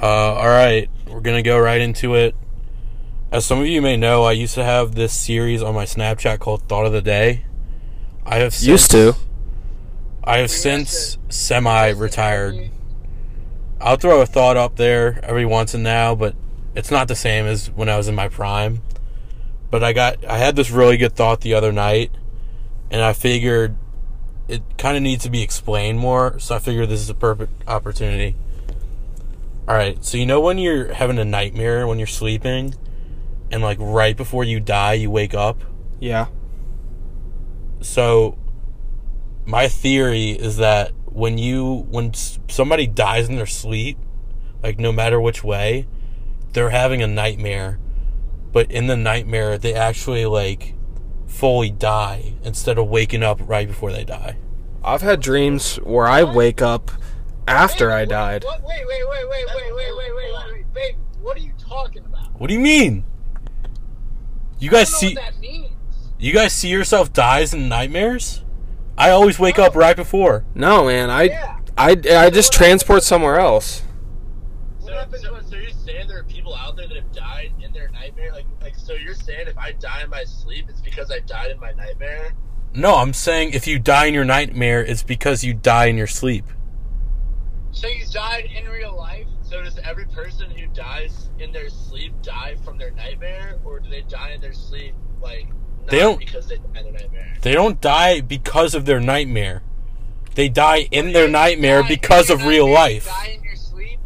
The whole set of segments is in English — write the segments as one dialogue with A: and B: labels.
A: Uh, all right, we're gonna go right into it. As some of you may know, I used to have this series on my Snapchat called Thought of the Day. I have since,
B: Used to.
A: I have since semi retired. I'll throw a thought up there every once and now, but it's not the same as when I was in my prime. But I got I had this really good thought the other night, and I figured it kind of needs to be explained more. So I figured this is a perfect opportunity. All right, so you know when you're having a nightmare when you're sleeping, and like right before you die, you wake up.
B: Yeah.
A: So my theory is that when you when s- somebody dies in their sleep, like no matter which way, they're having a nightmare, but in the nightmare they actually like fully die instead of waking up right before they die.
B: I've had dreams where I wake up after I died.
C: What? Wait, wait, wait, wait, wait, wait, wait, wait, wait, wait, babe. What are you talking about?
A: What do you mean? You
C: I
A: guys
C: don't know
A: see
C: what that means.
A: you guys see yourself dies in nightmares? I always wake up right before.
B: No, man. I
C: Yeah.
B: I I just transport somewhere else.
C: What
D: So,
C: happens
D: so,
C: when?
D: so you're saying there are people out there that have died in their nightmare? Like, like so you're saying if I die in my sleep, it's because I died in my nightmare?
A: No, I'm saying if you die in your nightmare, it's because you die in your sleep.
D: So you died in real life? So does every person who dies in their sleep die from their nightmare, or do they die in their sleep like not
A: They don't-
D: because they died in a nightmare?
A: They don't die because of their nightmare. They die in their
D: You
A: nightmare
D: die
A: because
D: in
A: of
D: your
A: real
D: nightmare, you
A: life.
D: Die in your sleep.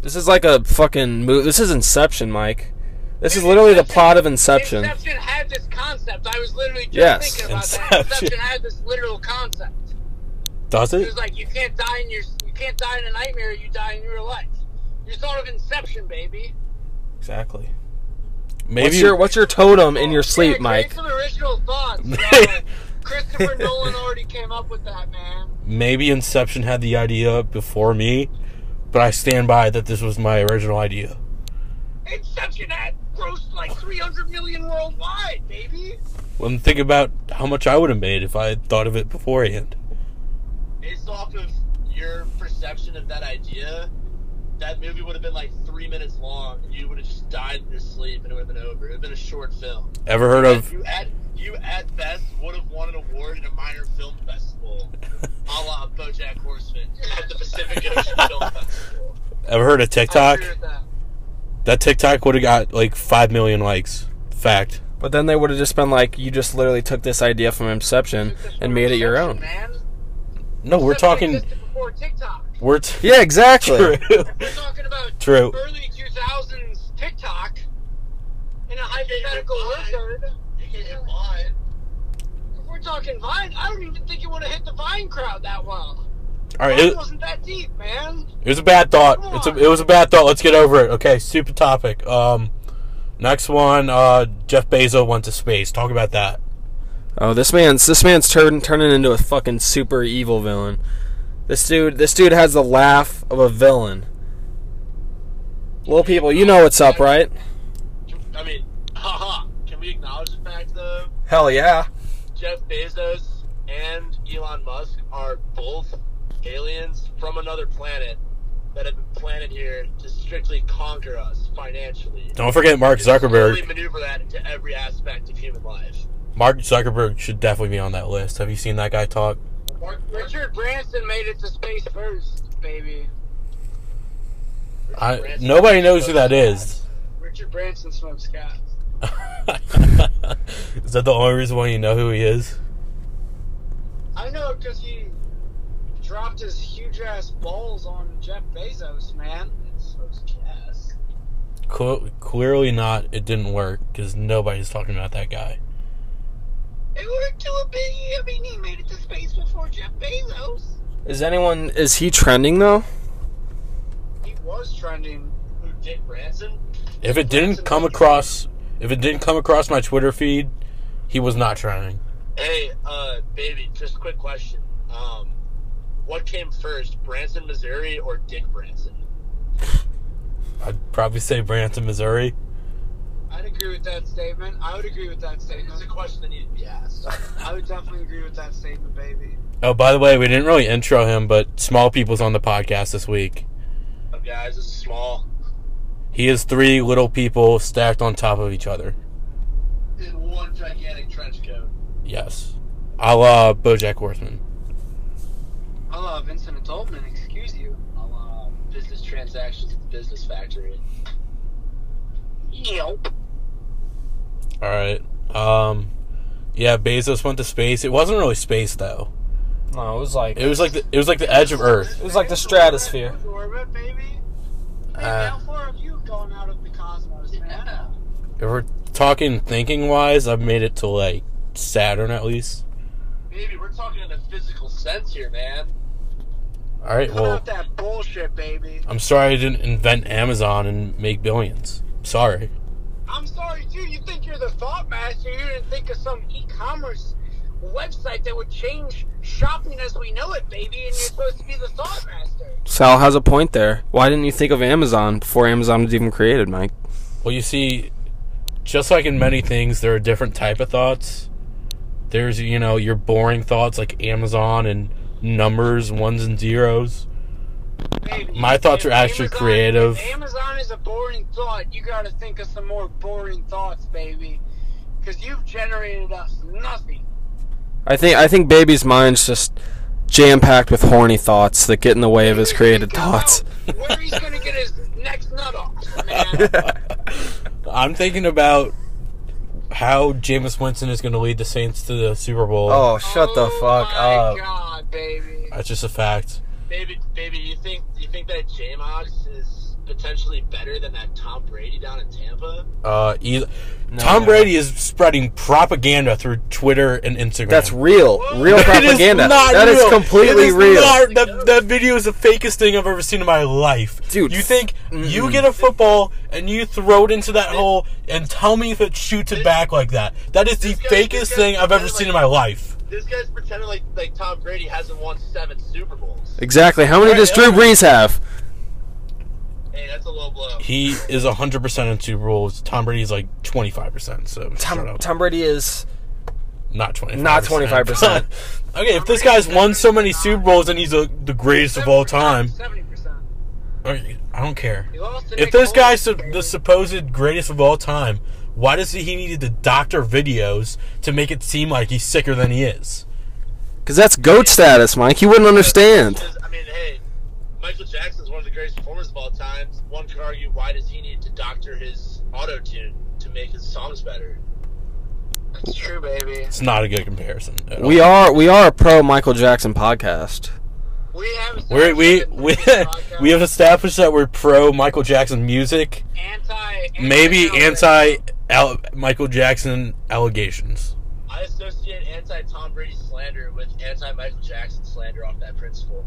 B: This is like a fucking movie. This is Inception, Mike. This is literally the plot of Inception.
D: Inception had this concept. I was literally just
B: Yes.
D: thinking about that.
A: Inception.
D: Inception had this literal concept.
A: Does
D: It
A: it?
D: was like you can't die in your you can't die in a nightmare. You die in real life. You're sort of Inception, baby.
A: Exactly. Maybe
B: What's your What's your totem in your sleep,
D: Yeah,
B: Mike?
D: Create some original thoughts. bro. Christopher Nolan already came up with that, man.
A: maybe Inception had the idea before me, but I stand by that this was my original idea.
D: Inception had grossed like 300 million worldwide, baby.
A: When think about how much I would have made if I had thought of it beforehand.
D: Based off of your perception of that idea, that movie would have been like three minutes long. and You would have just died in your sleep, and it would have been over. It would have been a short film.
A: Ever heard of
D: You at you at best would have won an award at a minor film festival, a la BoJack Horseman at the Pacific Ocean Film Festival.
A: Ever heard of
D: I
A: TikTok?
D: agree with that.
A: That TikTok would have got like five million likes. Fact.
B: But then they would have just been like, you just literally took this idea from Inception and made it your own.
D: Man.
A: No, we're
D: Inception
A: talking.
D: existed Before TikTok,
A: We're t-
B: Yeah, exactly.
A: true.
D: we're talking about
A: True.
D: early 2000s TikTok in a hypothetical lizard. If we're talking Vine, I don't even think it would have hit the Vine crowd that well.
A: All right,
D: It
A: it,
D: wasn't that deep, man.
A: it was a bad thought. It's a, it was a bad thought. Let's get over it. Okay, stupid topic. Um, next one. Uh, Jeff Bezos went to space. Talk about that.
B: Oh, this man's this man's turn, turning into a fucking super evil villain. This dude, this dude has the laugh of a villain. Little people, you know what's up, right?
D: I mean, haha. Can we acknowledge the fact though?
B: Hell yeah.
D: Jeff Bezos and Elon Musk are both aliens from another planet that have been planted here to strictly conquer us financially.
A: Don't forget Mark
D: They
A: Zuckerberg.
D: maneuver that into every aspect of human life.
A: Mark Zuckerberg should definitely be on that list. Have you seen that guy talk?
D: Richard Branson made it to space first, baby.
A: I, nobody knows who that is.
D: Richard Branson smokes cats.
A: is that the only reason why you know who he is?
D: I know because he dropped his huge ass balls on Jeff Bezos, man. Smokes cats.
A: Cle- clearly not. It didn't work because nobody's talking about that guy.
D: It worked to a big. I mean, he made it to space before Jeff Bezos.
B: Is anyone is he trending though?
D: He was trending. Who, Dick Branson?
A: If it didn't come across, if it didn't come across my Twitter feed, he was not trying.
D: Hey, uh, baby, just a quick question. Um, what came first, Branson, Missouri, or Dick Branson?
A: I'd probably say Branson, Missouri.
C: I'd agree with that statement. I would agree with that
D: It's
C: statement.
D: a question that needed to be asked.
C: I would definitely agree with that statement, baby.
A: Oh, by the way, we didn't really intro him, but Small People's on the podcast this week.
D: Up, guys, this is small.
A: He is three little people stacked on top of each other.
D: In one gigantic trench coat.
A: Yes. A la Bojack Horseman.
C: I love Vincent Adultman. Excuse you.
D: A la um, business transactions at the business factory.
C: Yep.
A: All right. Um, yeah, Bezos went to space. It wasn't really space though.
B: No, it was like
A: It was like the, it was like the edge of Earth.
B: It was like the stratosphere.
C: Orbit, baby. Hey,
A: Uh.
C: how far have you gone out of the cosmos, man?
A: If we're talking thinking wise, I've made it to like Saturn at least.
D: Baby, we're talking in a physical sense here, man.
A: All right.
C: Cut
A: Well,
C: out that bullshit, baby.
A: I'm sorry I didn't invent Amazon and make billions. Sorry.
C: I'm sorry, too. You think you're the thought master. You didn't think of some e-commerce website that would change shopping as we know it, baby. And you're supposed to be the thought master.
B: Sal has a point there. Why didn't you think of Amazon before Amazon was even created, Mike?
A: Well, you see, just like in many things, there are different type of thoughts. There's you know your boring thoughts like Amazon and numbers, ones and zeros.
C: Baby,
A: My thoughts
C: if
A: are actually
C: Amazon-
A: creative.
C: if Amazon is a boring thought. You got to think of some more boring thoughts, baby. Because you've generated us nothing.
B: I think I think baby's mind's just jam packed with horny thoughts that get in the way of his creative thoughts.
C: Where he's going to get his next nut off, man.
A: I'm thinking about how Jameis Winston is going to lead the Saints to the Super Bowl.
B: shut the fuck
C: Oh,
B: up.
C: my God, baby.
A: That's just a fact.
D: Baby, baby, you think you think that J Mox is potentially better than that Tom Brady down in Tampa?
A: Uh, e- Tom
B: no.
A: Brady is spreading propaganda through Twitter and Instagram.
B: That's real.
A: It
B: Real
A: is
B: propaganda.
A: not
B: That is
A: real.
B: completely
A: It is
B: real.
A: not- that, that video is the fakest thing I've ever seen in my life.
B: Dude,
A: you think you get a football and you throw it into that hole and tell me if it shoots it back like that? That is the
D: this guy-
A: fakest
D: this guy-
A: thing I've ever
D: this guy-
A: seen in my life.
D: This guy's pretending like like Tom Brady hasn't won seven Super Bowls.
B: Exactly. How many
A: Right,
B: does Drew Brees have?
D: Hey, that's a low blow.
A: He is 100% in Super Bowls. Tom Brady is like 25%, so shut
B: Tom,
A: up.
B: Tom Brady is
A: not 25%.
B: Not 25%.
A: okay, if this guy's won so many Super Bowls and he's a, the greatest of all time,
C: 70%.
A: I I don't care.
C: He lost to
A: If
C: Nick
A: this
C: Foles,
A: guy's su-
C: baby.
A: the supposed greatest of all time, why does he need to doctor videos to make it seem like he's sicker than he is?
B: because that's goat status, Mike. You wouldn't understand.
D: Because, I mean, hey, Michael Jackson's one of the greatest performers of all time. One could argue, why does he need to doctor his auto tune to make his songs better?
C: That's true, baby.
A: It's not a good comparison. at all.
B: We are we are a pro Michael Jackson podcast.
C: We have
A: We're, we we we have established that we're pro Michael Jackson music.
C: anti
A: Maybe anti al- Michael Jackson allegations.
D: I associate anti Tom Brady slander with anti Michael Jackson slander off that principle.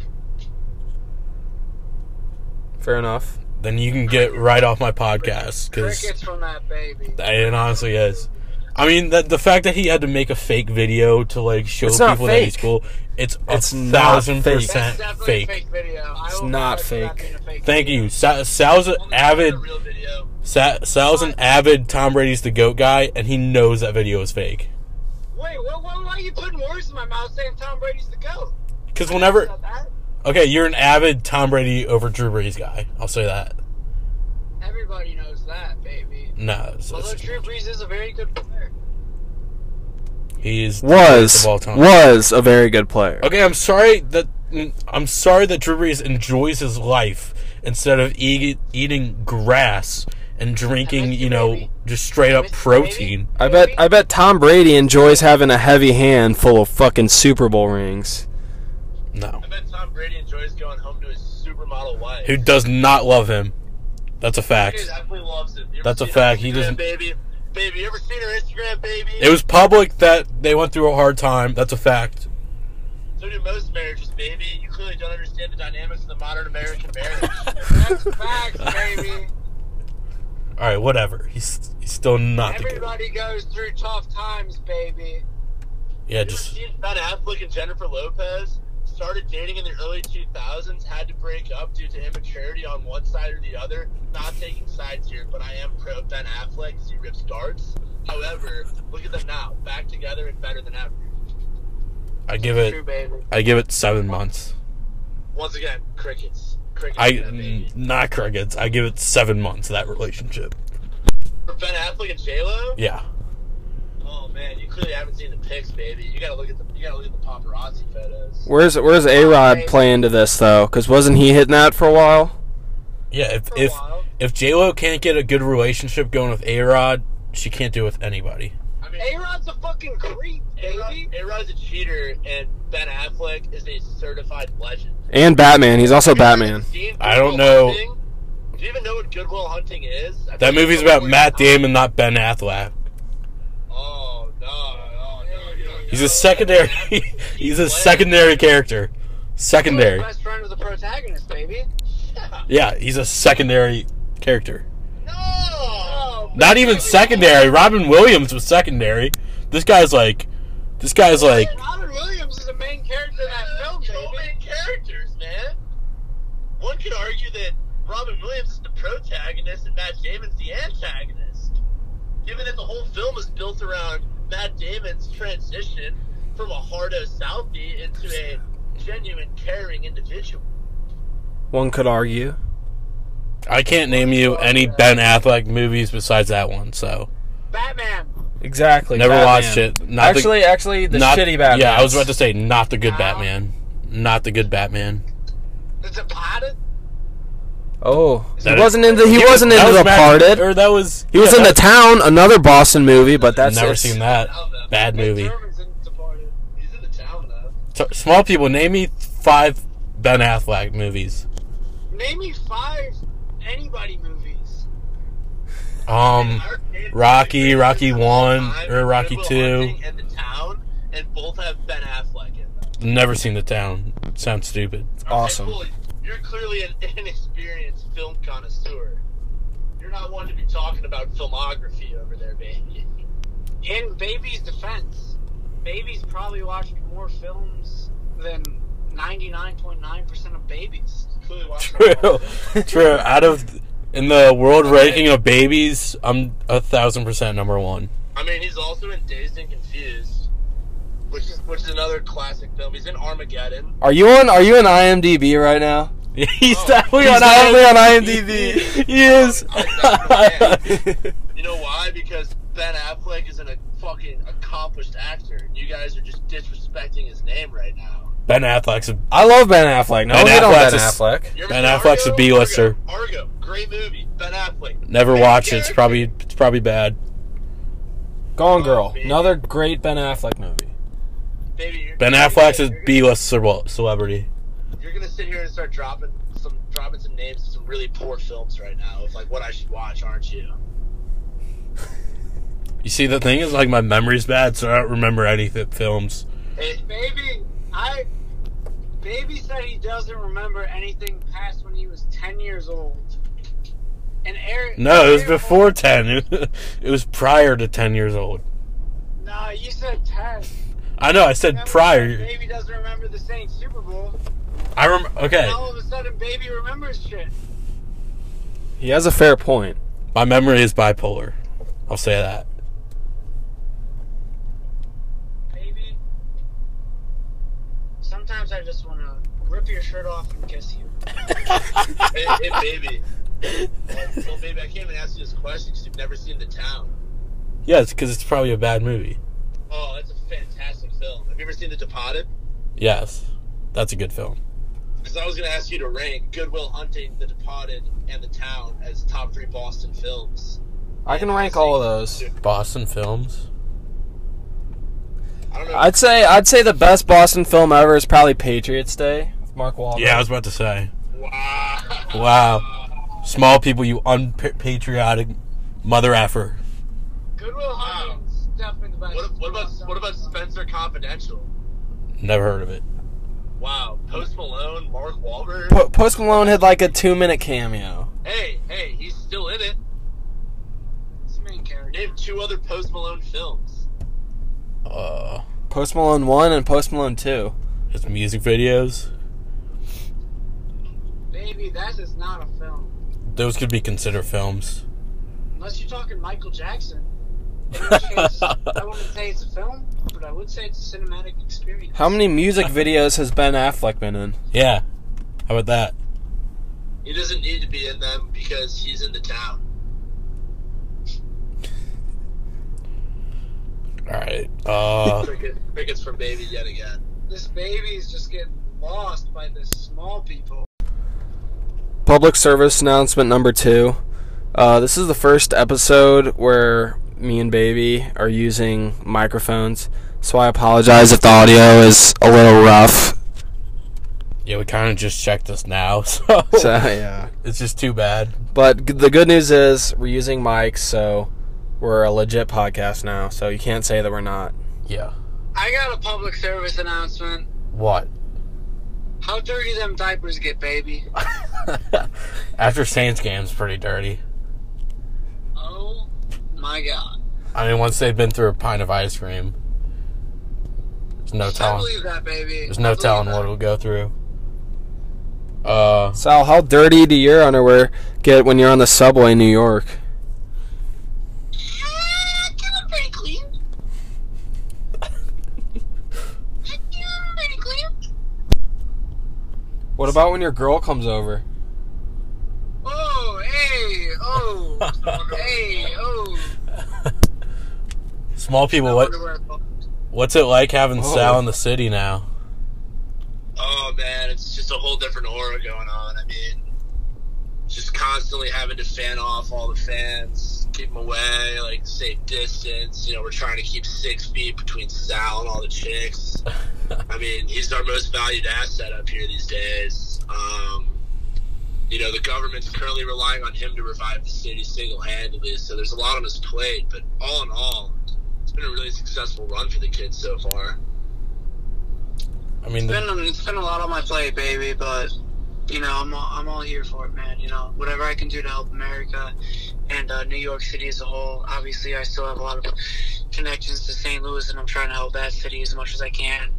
B: Fair enough.
A: Then you can get right off my podcast because
C: crickets from that baby.
A: it honestly is. I mean, that the fact that he had to make a fake video to like show
B: It's not
A: people that he's
B: fake.
A: cool, it's a
B: It's not
A: thousand
B: fake.
A: percent
C: That's definitely
A: fake.
C: a fake video. I will
B: not
C: vouch for that
B: fake.
C: being a fake
A: Thank
C: video.
A: you. Sa- Sal's an avid.
D: The real video.
A: Sa- Sal's an avid Tom Brady's the goat guy, and he knows that video is fake.
C: Wait, what, what, why are you putting words in my mouth saying Tom Brady's the goat?
A: Because whenever,
C: About that?
A: okay, you're an avid Tom Brady over Drew Brees guy. I'll say that.
C: Everybody knows that, baby.
A: No, it's,
C: Although
A: it's,
C: Drew Brees is a very good player.
A: he is the greatest
B: Was
A: of all time.
B: was a very good player.
A: Okay, I'm sorry that mm, I'm sorry that Drew Brees enjoys his life instead of eat, eating grass and drinking,
C: miss you,
A: you know,
C: baby.
A: just straight up
C: miss you,
A: protein.
B: I bet I bet Tom Brady enjoys having a heavy hand full of fucking Super Bowl rings.
A: No,
D: I bet Tom Brady enjoys going home to his supermodel wife.
A: who does not love him? That's a
D: He
A: fact.
D: definitely loves it. You ever
A: That's a
D: seen
A: fact.
D: her
A: He
D: Instagram,
A: doesn't-
D: Baby, baby, you ever seen her Instagram, baby?
A: It was public that they went through a hard time. That's a fact.
D: So do most marriages, baby. You clearly don't understand the dynamics of the modern American marriage.
C: That's facts, baby.
A: All right, whatever. He's he's still not the good.
C: Everybody goes through tough times, baby.
A: Yeah,
D: Just
A: just
D: seen Ben Affleck and Jennifer Lopez started dating in the early 2000s, had to break up due to immaturity on one side or the other. Not taking sides here, but I am pro Ben Affleck 'cause he rips darts. However, look at them now, back together and better than ever.
A: I give
C: True,
A: it
C: baby.
A: I give it seven months.
D: Once again, crickets. Crickets.
A: I mm.
D: for that baby.
A: n- not crickets. I give it seven months that relationship.
D: For Ben Affleck and J Lo.
A: Yeah,
D: Oh man, you clearly haven't seen the pics, baby. You gotta look at the you gotta look at the paparazzi photos.
B: Where's Where's A Rod play into this though? Because wasn't he hitting that for a while?
A: yeah. If
D: For a
A: if
D: while.
A: if J Lo can't get a good relationship going with A Rod, she can't do it with anybody.
D: I mean,
C: A Rod's a fucking creep, baby.
D: A Rod's a cheater, and Ben Affleck is a certified legend.
B: And Batman. He's also Batman.
D: Seen
A: I don't
D: Goodwill
A: know.
D: Hunting? Do you even know what Goodwill Hunting is? I
A: That
D: think
A: movie's
D: it's
A: about
D: over-
A: Matt Damon, not Ben Affleck.
D: Oh no, oh no, you don't
A: He's
D: know.
A: a secondary.
D: Ben Affleck-
A: he's a secondary character. Secondary.
C: Best friend of the protagonist, baby.
A: Yeah, he's a secondary character.
D: No.
A: Not even secondary. Robin Williams was secondary. This guy's like, this guy's like,
C: Robin Williams is the main character in that film,
D: so many
C: baby.
D: characters, man. One could argue that Robin Williams is the protagonist and Matt Damon's the antagonist, given that the whole film is built around Matt Damon's transition from a hardo Southie into a genuine, caring individual.
B: One could argue.
A: I can't name you any Ben Affleck movies besides that one. So
C: Batman.
B: Exactly.
A: Never watched it. Not the-
B: actually, actually, the
A: not
B: shitty Batman.
A: Yeah, I was about to say not the good
C: Ow.
A: Batman. Not the good Batman.
C: The Departed.
B: Oh, he
A: That is-
B: wasn't into. He, wasn't
A: that
B: into
A: was
B: the
A: Matt-
B: parted.
A: Or that was
B: he was
A: yeah,
B: in the
A: that-
B: town. Another Boston movie, but that's
A: Never
B: it.
A: seen that. Bad
C: Nick
A: movie.
C: Thurman's in Departed.
D: He's in the town, though.
A: So, small people, name me five Ben Affleck movies.
C: Name me five anybody movies.
A: Um, Rocky, Rocky One, or Rocky
D: Goodwill
A: Two.
D: Hunting And the town, and both have Ben Affleck in them.
A: Never seen the town. Sounds stupid.
B: Awesome.
D: Okay, cool. You're clearly an inexperienced film connoisseur. You're not one to be talking about filmography over there, baby.
C: In Baby's defense, Baby's probably watched more films than 99.9% of babies.
D: Clearly watching
A: True. True. Out of in the world ranking of babies, I'm a thousand percent number one.
D: I mean, he's also in Dazed and Confused, which is which is another classic film. He's in Armageddon.
B: Are you on? Are you on IMDb right now?
A: He's definitely on
B: He's definitely on
A: IMDb.
B: IMDb.
A: He is.
D: You know why? Because Ben Affleck is an a fucking accomplished actor, and you guys are just disrespecting his name right now.
A: ben Affleck's. a-
B: I love Ben Affleck. No
A: Ben
B: ben hate on
A: Affleck's
B: Ben
A: a s-
B: Affleck.
D: You ever
A: Ben
D: seen
A: Affleck's a
D: Argo?
A: B-lister.
D: Argo, Argo, great movie. Ben Affleck.
A: Never
D: Main
A: watch it. It's
D: character.
A: probably it's probably bad.
B: Gone Girl.
D: man.
B: Another great Ben Affleck movie.
D: Baby, you're-
A: Ben
D: you're
A: Affleck's a
D: gonna- you're
A: B-list ce- celebrity.
D: gonna- You're gonna sit here and start dropping some dropping some names of some really poor films right now of like what I should watch, aren't you?
A: You see, the thing is, like my memory's bad, so I don't remember any fi- films.
D: Hey,
C: Baby, I. Baby said he doesn't remember anything past when he was 10 years old. And Eric.
A: No, it was
C: Eric-
A: before ten. It was prior to ten years old.
C: No, you said 10.
A: I know. I said
C: Remember
A: prior.
C: Baby doesn't remember the Saints Super Bowl.
A: I remember.
C: And
A: Okay,
C: all of a sudden, Baby remembers shit.
B: He has a fair point.
A: my memory is bipolar. I'll say that.
C: Baby, sometimes I just want to rip your shirt off and kiss you.
D: hey, hey, baby. well, baby, I can't even ask you this question because you've never seen The Town.
A: Yes, because it's probably a bad movie.
D: Oh, that's a fantastic film. Have you ever seen The Departed?
A: Yes, that's a good film.
D: Because I was gonna ask you to rank Goodwill Hunting, The Departed, and The Town as top three Boston films.
B: I can rank all of those.
A: Boston Films.
D: I don't know.
B: I'd say I'd say the best Boston film ever is probably Patriots Day with Mark Wahlberg.
A: Yeah, I was about to say.
D: wow.
A: Wow. Small people, you unpatriotic mother effer.
C: Goodwill Hunting is definitely the best.
D: What, what about what about Spencer Confidential?
A: Never heard of it.
D: Wow, Post Malone, Mark Wahlberg.
B: Po- Post Malone had like a two minute cameo.
D: hey, hey, he's still in it.
C: It's the main character?
D: Name two other Post Malone films.
A: Uh,
B: Post Malone one and Post Malone two.
A: his music videos.
C: Baby, that is not a film.
A: Those could be considered films.
C: Unless you're talking Michael Jackson. In which case, I wouldn't say it's a film, but I would say it's a cinematic experience.
B: How many music videos has Ben Affleck been in?
A: Yeah. How about that?
D: He doesn't need to be in them because he's in the town.
A: All right. Uh,
D: Cricket, crickets from baby yet again.
C: This baby is just getting lost by the small people.
B: Public service announcement number two. Uh, this is the first episode where me and Baby are using microphones, so I apologize if the audio is a little rough.
A: yeah, we kind of just checked this now, so
B: So yeah.
A: it's just too bad.
B: But g- the good news is we're using mics, so we're a legit podcast now. So you can't say that we're not.
A: Yeah.
C: I got a public service announcement.
A: What?
C: How dirty them diapers get, baby.
A: After Saints game's pretty dirty.
C: Oh my god.
A: I mean, once they've been through a pint of ice cream, there's no
C: I
A: telling.
C: believe that, baby.
A: There's
C: I
A: no
C: believe
A: telling
C: that.
A: what it'll go through. Uh,
B: Sal, how dirty do your underwear get when you're on the subway in New York?
C: Ah, I feel pretty clean. I feel pretty clean.
B: What about when your girl comes over?
C: Oh, hey, oh, hey, oh.
A: small people,
C: No
A: what
C: underwear, folks.
A: what's it like having Sal in the city now?
D: Oh man, it's just a whole different aura going on. I mean, just constantly having to fan off all the fans, keep them away, like safe distance. You know, we're trying to keep six feet between Sal and all the chicks. I mean, he's our most valued asset up here these days. Um, you know, the government's currently relying on him to revive the city single handedly, so there's a lot on his plate. But all in all, it's been a really successful run for the kids so far.
A: I mean,
C: It's
A: the,
C: been, it's been a lot on my plate, baby, but, you know, I'm all, I'm all here for it, man. You know, whatever I can do to help America and uh, New York City as a whole. Obviously, I still have a lot of connections to St. Louis, and I'm trying to help that city as much as I can.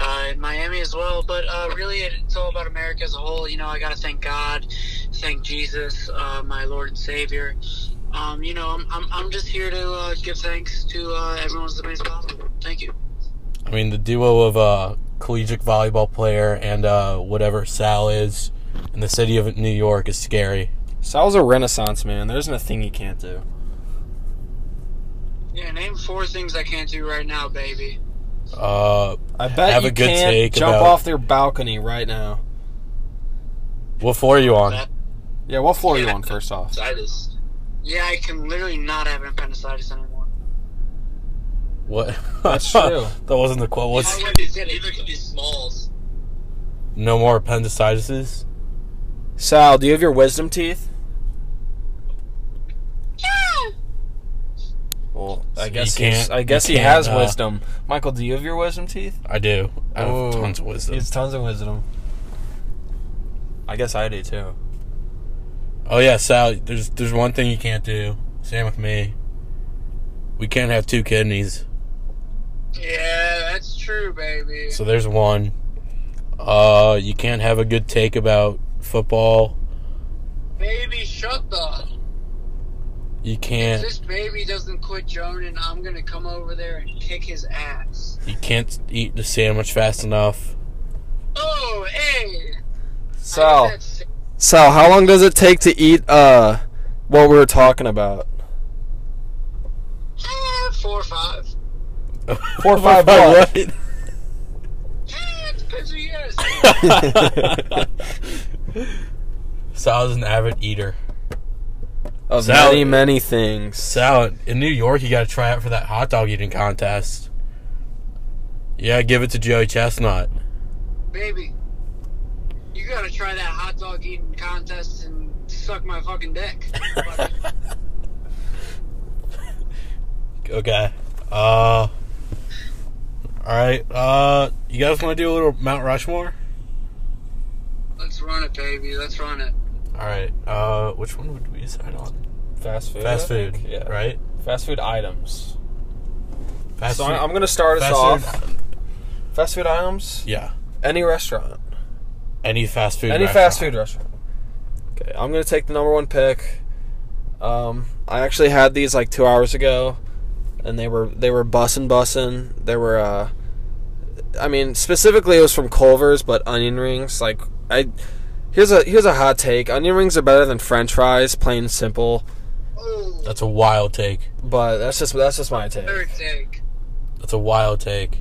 C: Uh, in Miami as well, but uh, really, it's all about America as a whole. You know, I got to thank God, thank Jesus, uh, my Lord and Savior. Um, you know, I'm, I'm, I'm just here to uh, give thanks to uh, everyone's the best possible. Thank you.
A: I mean, the duo of uh, collegiate volleyball player and uh, whatever Sal is in the city of New York is scary.
B: Sal's a renaissance man. There isn't a thing he can't do.
C: Yeah, name four things I can't do right now, baby.
A: Uh,
B: I bet
A: Have
B: you
A: a good
B: can't
A: take
B: jump
A: about-
B: off their balcony right now.
A: what floor are you on?
C: That-
B: Yeah, what floor are you on first off?
D: Situs.
C: Yeah, I can literally not have appendicitis anymore.
A: What?
B: That's true.
A: that wasn't the quote. What's
C: Yeah,
D: Either could be- either could be smalls.
A: no more appendicitis?
B: Sal, do you have your wisdom teeth? Well, I
A: You
B: guess
A: can't-
B: he's, I
A: you
B: guess he
A: can't,
B: has
A: uh,
B: wisdom. Michael, do you have your wisdom teeth?
A: I do. I have
B: Ooh.
A: tons of wisdom.
B: He has tons of wisdom. I guess I do too.
A: Oh yeah, Sal. There's there's one thing you can't do. Same with me. We can't have two kidneys.
C: Yeah, that's true, baby.
A: So there's one. Uh, you can't have a good take about football.
C: baby, shut the.
A: You
C: If
A: can't.
C: this baby doesn't quit joning, I'm gonna come over there and kick his ass.
A: You can't eat the sandwich fast enough.
C: Oh, hey.
B: Sal,
C: That's-
B: Sal, how long does it take to eat uh what we were talking about?
C: eh, four or five.
B: Four or five what?
A: What?
C: Eh, it depends who you ask.
A: Sal's an avid eater.
B: Of
A: Sal-
B: many many things.
A: Sal, in New York, you got to try out for that hot dog eating contest. Yeah, give it to Joey Chestnut.
C: baby, you gotta try that hot dog eating contest and suck my fucking dick.
A: Okay. Uh. All right. Uh, you guys want to do a little Mount Rushmore?
C: Let's run it, baby. Let's run it.
A: All right. Uh, which one would we decide on?
B: Fast food.
A: Fast food. Right.
B: Fast food items.
A: Fast
B: so
A: food.
B: I'm, I'm gonna start us
A: fast
B: off.
A: food-
B: Fast food items.
A: Yeah.
B: Any restaurant.
A: Any fast food.
B: Any
A: restaurant.
B: fast food restaurant. Okay, I'm gonna take the number one pick. Um, I actually had these like two hours ago, and they were they were bussin' bussin'. They were, uh, I mean, specifically it was from Culver's, but onion rings. Like I, here's a here's a hot take: onion rings are better than French fries, plain and simple.
C: Oh,
A: That's a wild take.
B: But that's just that's just my take.
C: third take.
A: That's a wild take.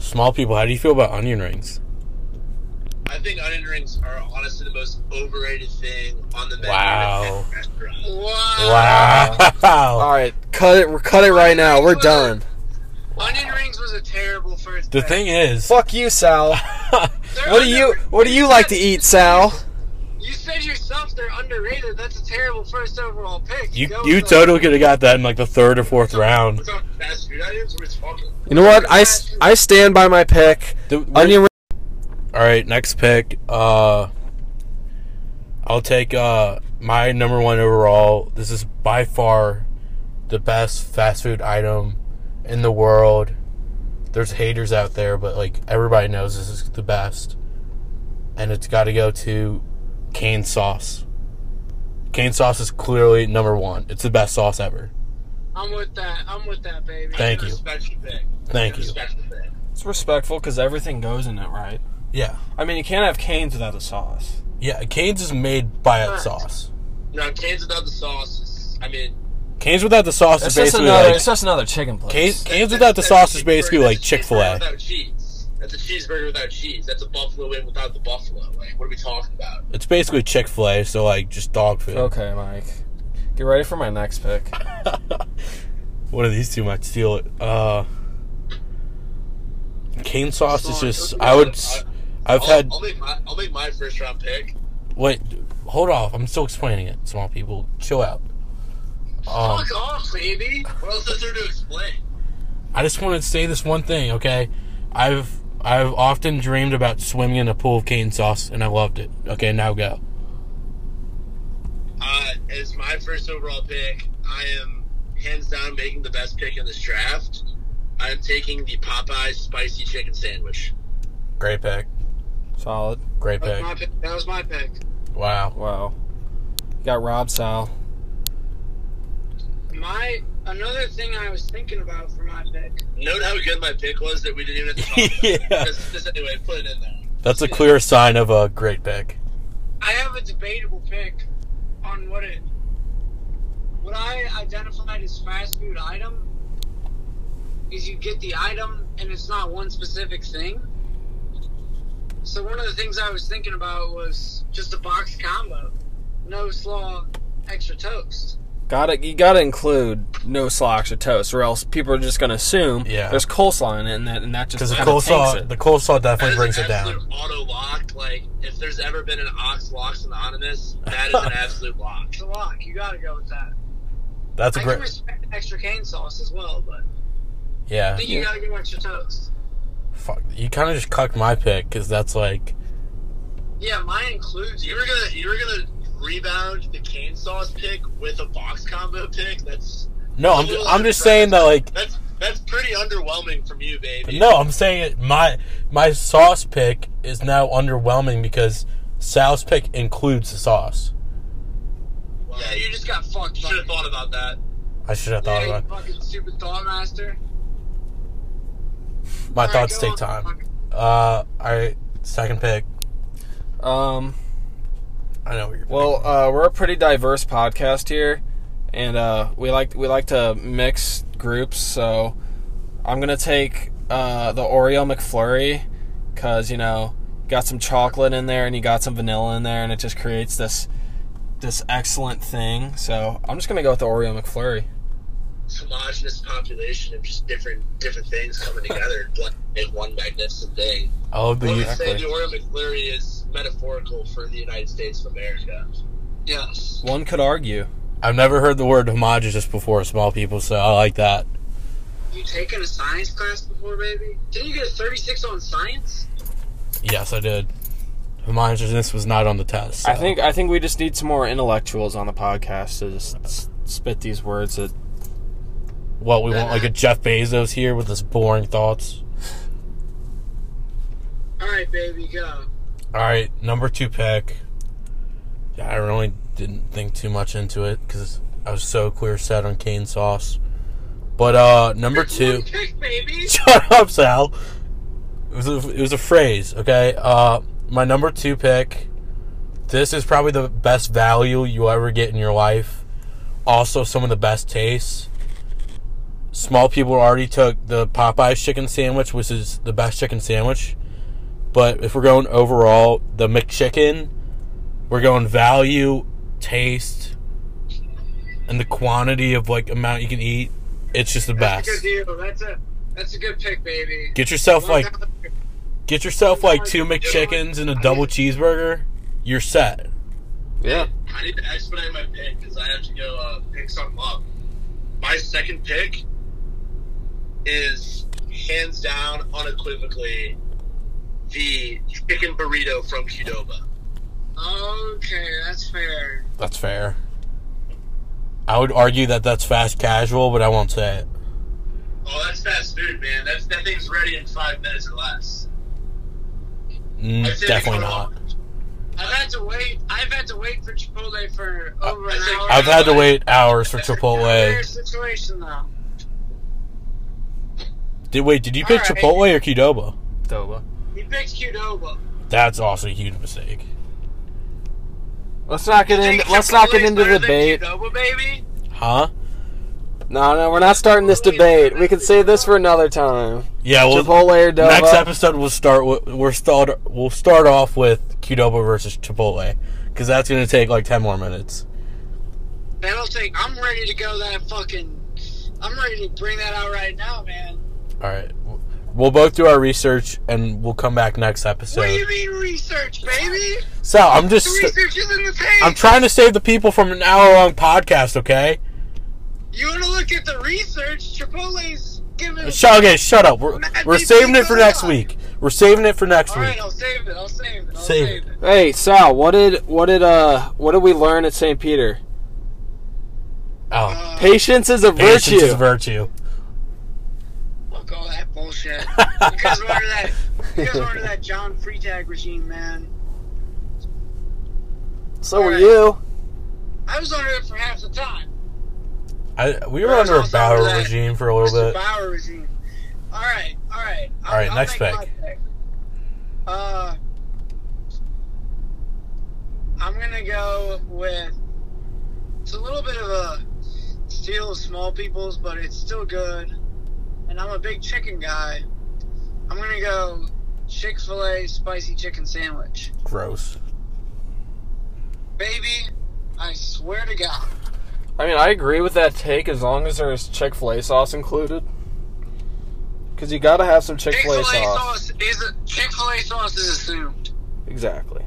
A: Small people, how do you feel about onion rings?
D: I think onion rings are honestly the most overrated thing on the menu.
A: Wow.
D: at any restaurant.
C: Wow.
A: Wow.
B: All right, cut it. We're Cut it right now. We're done.
C: Onion rings was a terrible first.
A: The
C: pick.
A: thing is,
B: Fuck you, Sal.
C: They're
B: What do you
C: underrated.
B: What do you like to eat, Sal?
C: You said yourself they're underrated. That's a terrible first overall pick.
A: you
C: Go
A: you
C: with
A: totally could have got that in like the third or fourth round.
D: What's up, fast food onions? We're talking.
B: You know what? I, s- I stand by my pick.
A: Do- where-
B: Onion ring.
A: All right, next pick. Uh, I'll take uh, my number one overall. This is by far the best fast food item in the world. There's haters out there, but like everybody knows this is the best, and it's got to go to cane sauce. Cane sauce is clearly number one. It's the best sauce ever.
C: I'm with that. I'm with that, baby.
A: Thank you.
D: Respect your pick.
A: Thank you.
D: Respect your pick.
B: It's respectful because everything goes in it, right?
A: Yeah,
B: I mean, you can't have canes without a sauce.
A: yeah. Cane's is made by that sauce.
D: No, cans without the sauce. Is, I mean,
A: Cane's without the sauce
B: It's
A: is
B: just
A: basically
B: another.
A: like
B: it's just another chicken place.
A: Cane's, Cane's
D: that's-
A: without the
D: that's
A: sauce
D: a
A: is basically
D: cheeseburger-
A: like
D: that's a
A: Chick Fil
D: cheeseburger
A: A.
D: Without cheese. That's a cheeseburger without cheese. That's a buffalo wing without the buffalo. Like, what are we talking about?
A: It's basically Chick Fil A, so like just dog food.
B: Okay, Mike. Get ready for my next pick.
A: One of these two might steal it. Uh, cane sauce is just. I would. s- I've
D: I'll,
A: had.
D: I'll make my. I'll make my first round pick.
A: Wait, hold off. I'm still explaining it. Small people, chill out. Um,
C: Fuck off, baby.
D: What else is there to explain?
A: I just wanted to say this one thing, okay? I've I've often dreamed about swimming in a pool of cane sauce, and I loved it. Okay, now go.
D: Uh, as my first overall pick, I am hands down making the best pick in this draft. I am taking the Popeyes spicy chicken sandwich.
A: Great pick.
B: Solid.
A: Great pick.
C: That was my pick. That was my pick.
A: Wow.
B: Wow. You got Rob Sal.
C: My another thing I was thinking about for my pick.
D: Note how good my pick was that we didn't even have to talk about. it.
A: yeah,
D: Just, just anyway, put it in there.
A: that's a clear sign of a great pick.
C: I have a debatable pick on what it what I identified as fast food item is you get the item and it's not one specific thing. So one of the things I was thinking about was just a box combo. No slaw, extra toast.
B: Got to You got to include no slosh or toast, or else people are just gonna assume
A: Yeah.
B: there's coleslaw in it, and that and that just
A: Because the
B: kinda tanks
A: coleslaw,
B: it.
A: the coleslaw
D: That
A: definitely
D: is
A: brings
D: an
A: it down.
D: absolute auto lock. Like, if there's ever been an Ox Locks Anonymous, that is an absolute lock.
C: It's a lock. You gotta go with that.
A: That's a
C: I can
A: great.
C: respect extra cane sauce as well, but I
A: Yeah.
C: think you gotta go extra toast.
A: Fuck. You kind of just cucked my pick because that's like.
C: Yeah, mine includes
D: You were gonna, you were gonna rebound the cane sauce pick with a box combo pick. That's
A: No, I'm, I'm just saying that like.
D: that's that's pretty underwhelming from you, baby.
A: No, I'm saying it. My my sauce pick is now underwhelming because Sal's pick includes the sauce.
D: Yeah,
C: Yeah,
D: you
C: you just got fucked
D: should have
C: up.
D: thought about that.
A: I should have thought
C: Yeah, you
A: about.
C: fucking super thought master.
A: it. My
C: Alright,
A: thoughts
C: go
A: take
C: on.
A: time. Uh, all right, second pick.
B: um.
A: I know what you're.
B: Well, uh, we're a pretty diverse podcast here, and uh, we like we like to mix groups. So I'm gonna take uh, the Oreo McFlurry because you know got some chocolate in there and you got some vanilla in there, and it just creates this this excellent thing. So I'm just gonna go with the Oreo McFlurry.
D: It's homogenous population of just different different things coming together to make one magnificent thing.
A: I love the
D: One would
A: use.
D: say the Oreo McFlurry is metaphorical for the United States of America.
C: Yes.
B: One could argue.
A: I've never heard the word homogeneous before. Small people, so I like that.
C: You taken a science class before, baby? Didn't you get a 36 on science?
A: Yes, I did. Homogeneous was not on the test.
B: I
A: so.
B: think I think we just need some more intellectuals on the podcast to just s- spit these words that
A: What we want, like a Jeff Bezos here with his boring thoughts.
C: right, baby, go.
A: All right, number two pick. I really didn't think too much into it because I was so clear set on cane sauce. But uh, number
C: It's
A: two.
C: one pick, baby.
A: Shut up, Sal. It was a, it was a phrase, okay? Uh, my number two pick. This is probably the best value you'll ever get in your life. Also, some of the best tastes. Small people already took the Popeyes chicken sandwich, which is the best chicken sandwich. But if we're going overall, the McChicken, we're going value, taste, and the quantity of like amount you can eat. It's just the
C: That's
A: best.
C: a good deal. That's a that's a good pick, baby.
A: Get yourself like get yourself like two
C: Like,
A: McChickens and a double cheeseburger. You're set.
B: Yeah.
D: I need to expedite my pick because I have to go uh, pick something up. My second pick is hands down, unequivocally, the chicken burrito from Qdoba.
C: Okay, that's fair.
A: That's fair. I would argue that that's fast casual, but I won't say it.
D: Oh, that's fast food, man. That's that thing's ready in five minutes or less.
A: Mm,
D: I think
A: definitely
D: it's
A: not.
C: I've had to wait. I've had to wait for Chipotle for over
D: I
C: an
D: think-
C: hour.
A: I've had to wait hours for Chipotle.
C: situation though.
A: Did wait? Did you pick
C: Alright.
A: Chipotle or Qdoba?
B: Doba.
C: He picked Qdoba.
A: That's also a huge mistake.
B: Let's not get into let's not get into the debate.
C: Qdoba, baby.
A: Huh?
B: No, no, we're not starting this debate. We can save this for another time.
A: Yeah. Well,
B: Chipotle or Doba?
A: next episode we'll start. With, we're start. We'll start off with Qdoba versus Chipotle because that's gonna take like ten more minutes.
C: That'll take. I'm ready to go. That fucking. I'm ready to bring that out right now, man.
A: All right. We'll both do our research and we'll come back next episode.
C: What do you mean research, baby?
A: Sal, I'm just
C: The research is in the page.
A: I'm trying to save the people from an hour long podcast, okay?
C: you want to look at the research? Chipotle's giving.
A: Shut okay, shut up. We're,
C: Matt,
A: we're
C: you
A: saving it
C: beat
A: for
C: the
A: next
C: lock.
A: week. We're saving it for next
C: All right,
A: week.
C: I'll save it. I'll save it. I'll
A: Save
C: save,
A: it.
C: it.
B: Hey Sal, what did what did uh what did we learn at St. Peter?
A: Oh,
C: Uh,
B: Patience is a
A: patience
B: virtue.
A: is virtue.
C: Fuck all that bullshit. You guys were under that. You guys were under that John Freetag regime, man.
B: so were
C: Alright.
B: you.
C: I was under it for half the time.
A: I, we were
C: Well,
A: under a
C: it's also
A: Bauer
C: that-
A: regime for a
C: Mr.
A: little bit.
C: Bauer regime. All right, all right. I'll-
A: All right,
C: I'll
A: next
C: make my
A: pick.
C: Uh, I'm gonna go with. It's a little bit of a steal of small people's, but it's still good. And I'm a big chicken guy. I'm gonna go Chick Fil A spicy chicken sandwich,
A: Gross.
C: baby. I swear to God.
B: I mean, I agree with that take as long as there's Chick Fil A sauce included. Cause you gotta have some Chick
C: Chick
B: Fil A
C: Fil A
B: sauce.
C: sauce is Chick Fil A sauce is assumed.
B: Exactly.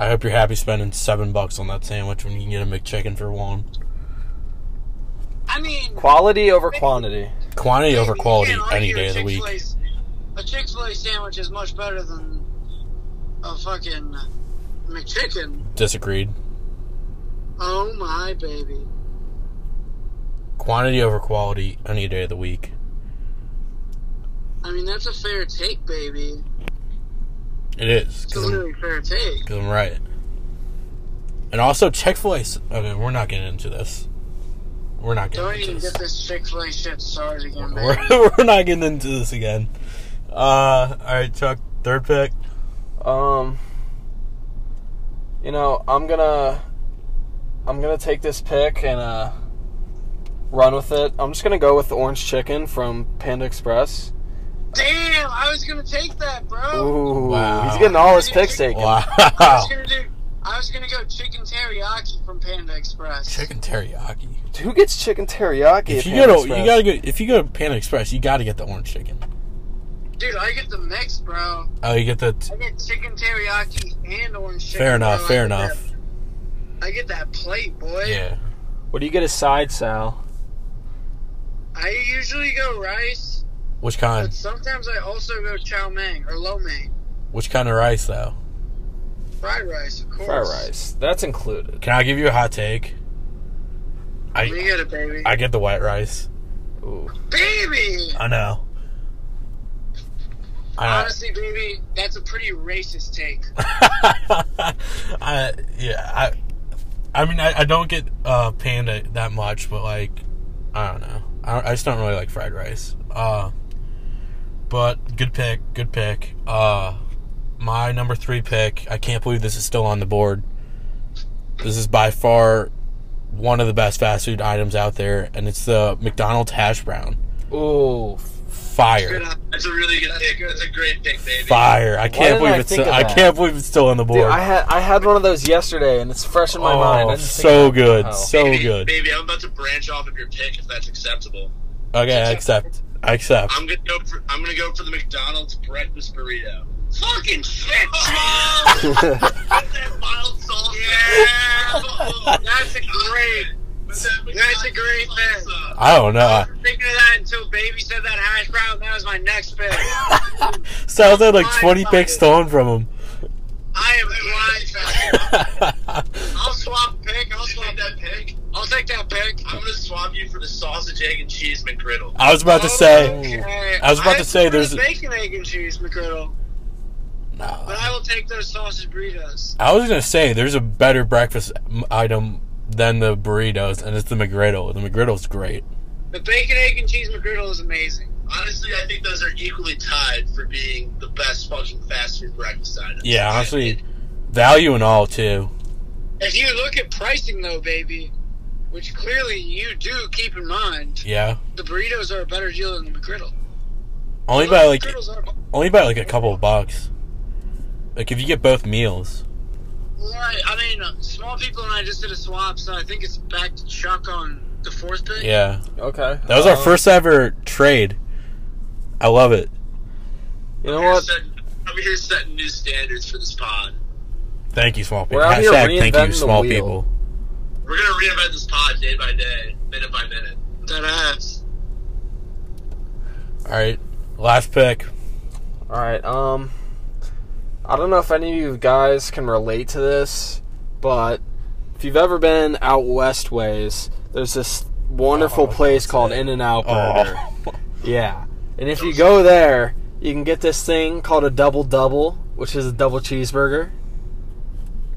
A: I hope you're happy spending seven bucks on that sandwich when you can get a McChicken for one.
C: I mean,
B: Quality over quantity.
A: Quantity over
C: you
A: quality
C: can't
A: any
C: argue
A: day
C: a
A: of the week.
C: Chick-fil-A A Chick Fil A sandwich is much better than a fucking McChicken.
A: Disagreed.
C: Oh my baby!
A: Quantity over quality any day of the week.
C: I mean, that's a fair take, baby.
A: It is.
C: It's a
A: 'cause I'm-
C: really fair take.
A: Because I'm right. And also, Chick fil A. Okay, we're not getting into this. We're not getting
C: Don't
A: into
C: even
A: this.
C: get this Chick Fil A shit started again,
A: We're,
C: baby.
A: we're not getting into this again. Uh, Alright, Chuck, third pick.
B: Um, you know, I'm gonna, I'm gonna take this pick and uh, run with it. I'm just gonna go with the orange chicken from Panda Express.
C: Damn, I was gonna take that, bro.
B: Ooh,
A: Wow.
B: he's getting all his picks taken.
C: I was
A: Wow.
C: gonna do. I was gonna go chicken teriyaki from Panda Express.
A: Chicken teriyaki.
B: Who gets chicken teriyaki?
A: If
B: at
A: you go
B: Panda
A: to
B: Express?
A: you gotta go if you go to Panda Express, you gotta get the orange chicken.
C: Dude, I get the mix, bro.
A: Oh, you get the
C: I get chicken teriyaki and orange chicken.
A: fair enough,
C: bro. I
A: fair
C: get that-
A: enough.
C: I get that plate, boy.
A: Yeah,
B: what do you get a side, Sal?
C: I usually go rice,
A: which
C: but
A: kind?
C: sometimes I also go chow mein or lo mein.
A: Which kind of rice though?
C: Fried rice, of course.
B: Fried rice. That's included.
A: Can I give you a hot take?
C: You
A: I
C: get it, baby.
A: I Uh, get the white rice.
B: Ooh.
C: baby!
A: I know. I-
C: Honestly, baby, that's a pretty racist take.
A: I yeah I, I mean I, I don't get uh panda that much, but like I don't know I, don't- I just don't really like fried rice. Uh, but good pick, good pick. Uh, my number three pick. I can't believe this is still on the board. This is by far one of the best fast food items out there, and it's the McDonald's hash brown.
B: Ooh,
A: Fire,
D: uh, That's a really good
C: That's
D: pick.
C: good.
D: That's a great pick, baby.
A: fire! I can't
B: didn't
A: believe
B: I
A: it's
B: think of
A: I
B: that?
A: can't believe it's still on the board.
B: dude, I had I had one of those yesterday, and it's fresh in my
A: oh,
B: mind. I didn't think
A: so
B: about it.
A: good,
B: Oh.
A: so
D: baby,
A: good.
D: Baby, I'm about to branch off of your pick if that's acceptable.
A: Okay, I accept. I accept.
D: I'm gonna go for I'm gonna go for the McDonald's breakfast burrito. Fucking shit! With that mild salsa. Yeah,
C: That's a great.
D: With that
C: That's a great
D: McDonald's
C: pick.
D: salsa.
A: I don't know.
C: Thinking of that until Baby said that hash brown. That was my next pick.
A: Sounds like like
C: Fine,
A: 20
C: fine.
A: picks stolen from
C: I am blindsided.
A: him.
C: I'll swap pick. I'll
D: I'll
C: swap
D: swap
C: that.
D: that pick.
C: I'll take that pick.
D: I'm gonna swap you for the sausage, egg, and cheese McGriddle.
A: I was
B: Oh.
A: about to say.
C: Okay.
A: I was about to say
C: prefer
A: there's-
C: the bacon, egg, and cheese McGriddle, but
A: No.
C: I will take those sausage burritos.
A: I was going to say there's a better breakfast m- item than the burritos, and it's the McGriddle. The McGriddle's great.
C: The bacon, egg, and cheese McGriddle is amazing.
D: Honestly, I think those are equally tied for being the best fucking fast food breakfast item.
A: Yeah, honestly, value and all, too.
C: If you look at pricing, though, baby, which clearly you do keep in mind,
A: Yeah.
C: the burritos are a better deal than the McGriddle.
A: Only by like
C: McGriddles are.
A: only by like a couple of bucks. Like if you get both meals.
C: Right. I mean, uh, small people and I just did a swap, so I think it's back to Chuck on the fourth pick.
A: Yeah.
B: Okay,
A: That was our
B: Um,
A: first ever trade. I love it.
B: You know
D: I'm here,
B: what?
D: setting, I'm here setting new standards for this pod.
A: Thank you, small people.
B: We're out here
A: Hashtag thank
B: reinventing
A: you,
B: the
A: small
B: wheel.
A: people.
D: We're gonna reinvent this pod day by day, minute by minute.
C: That ass.
A: All right. Last pick.
B: All right. Um, I don't know if any of you guys can relate to this, but if you've ever been out west ways, there's this wonderful place called In and Out
A: Oh.
B: Burger. Yeah, and if you go there, you can get this thing called a double double, which is a double cheeseburger.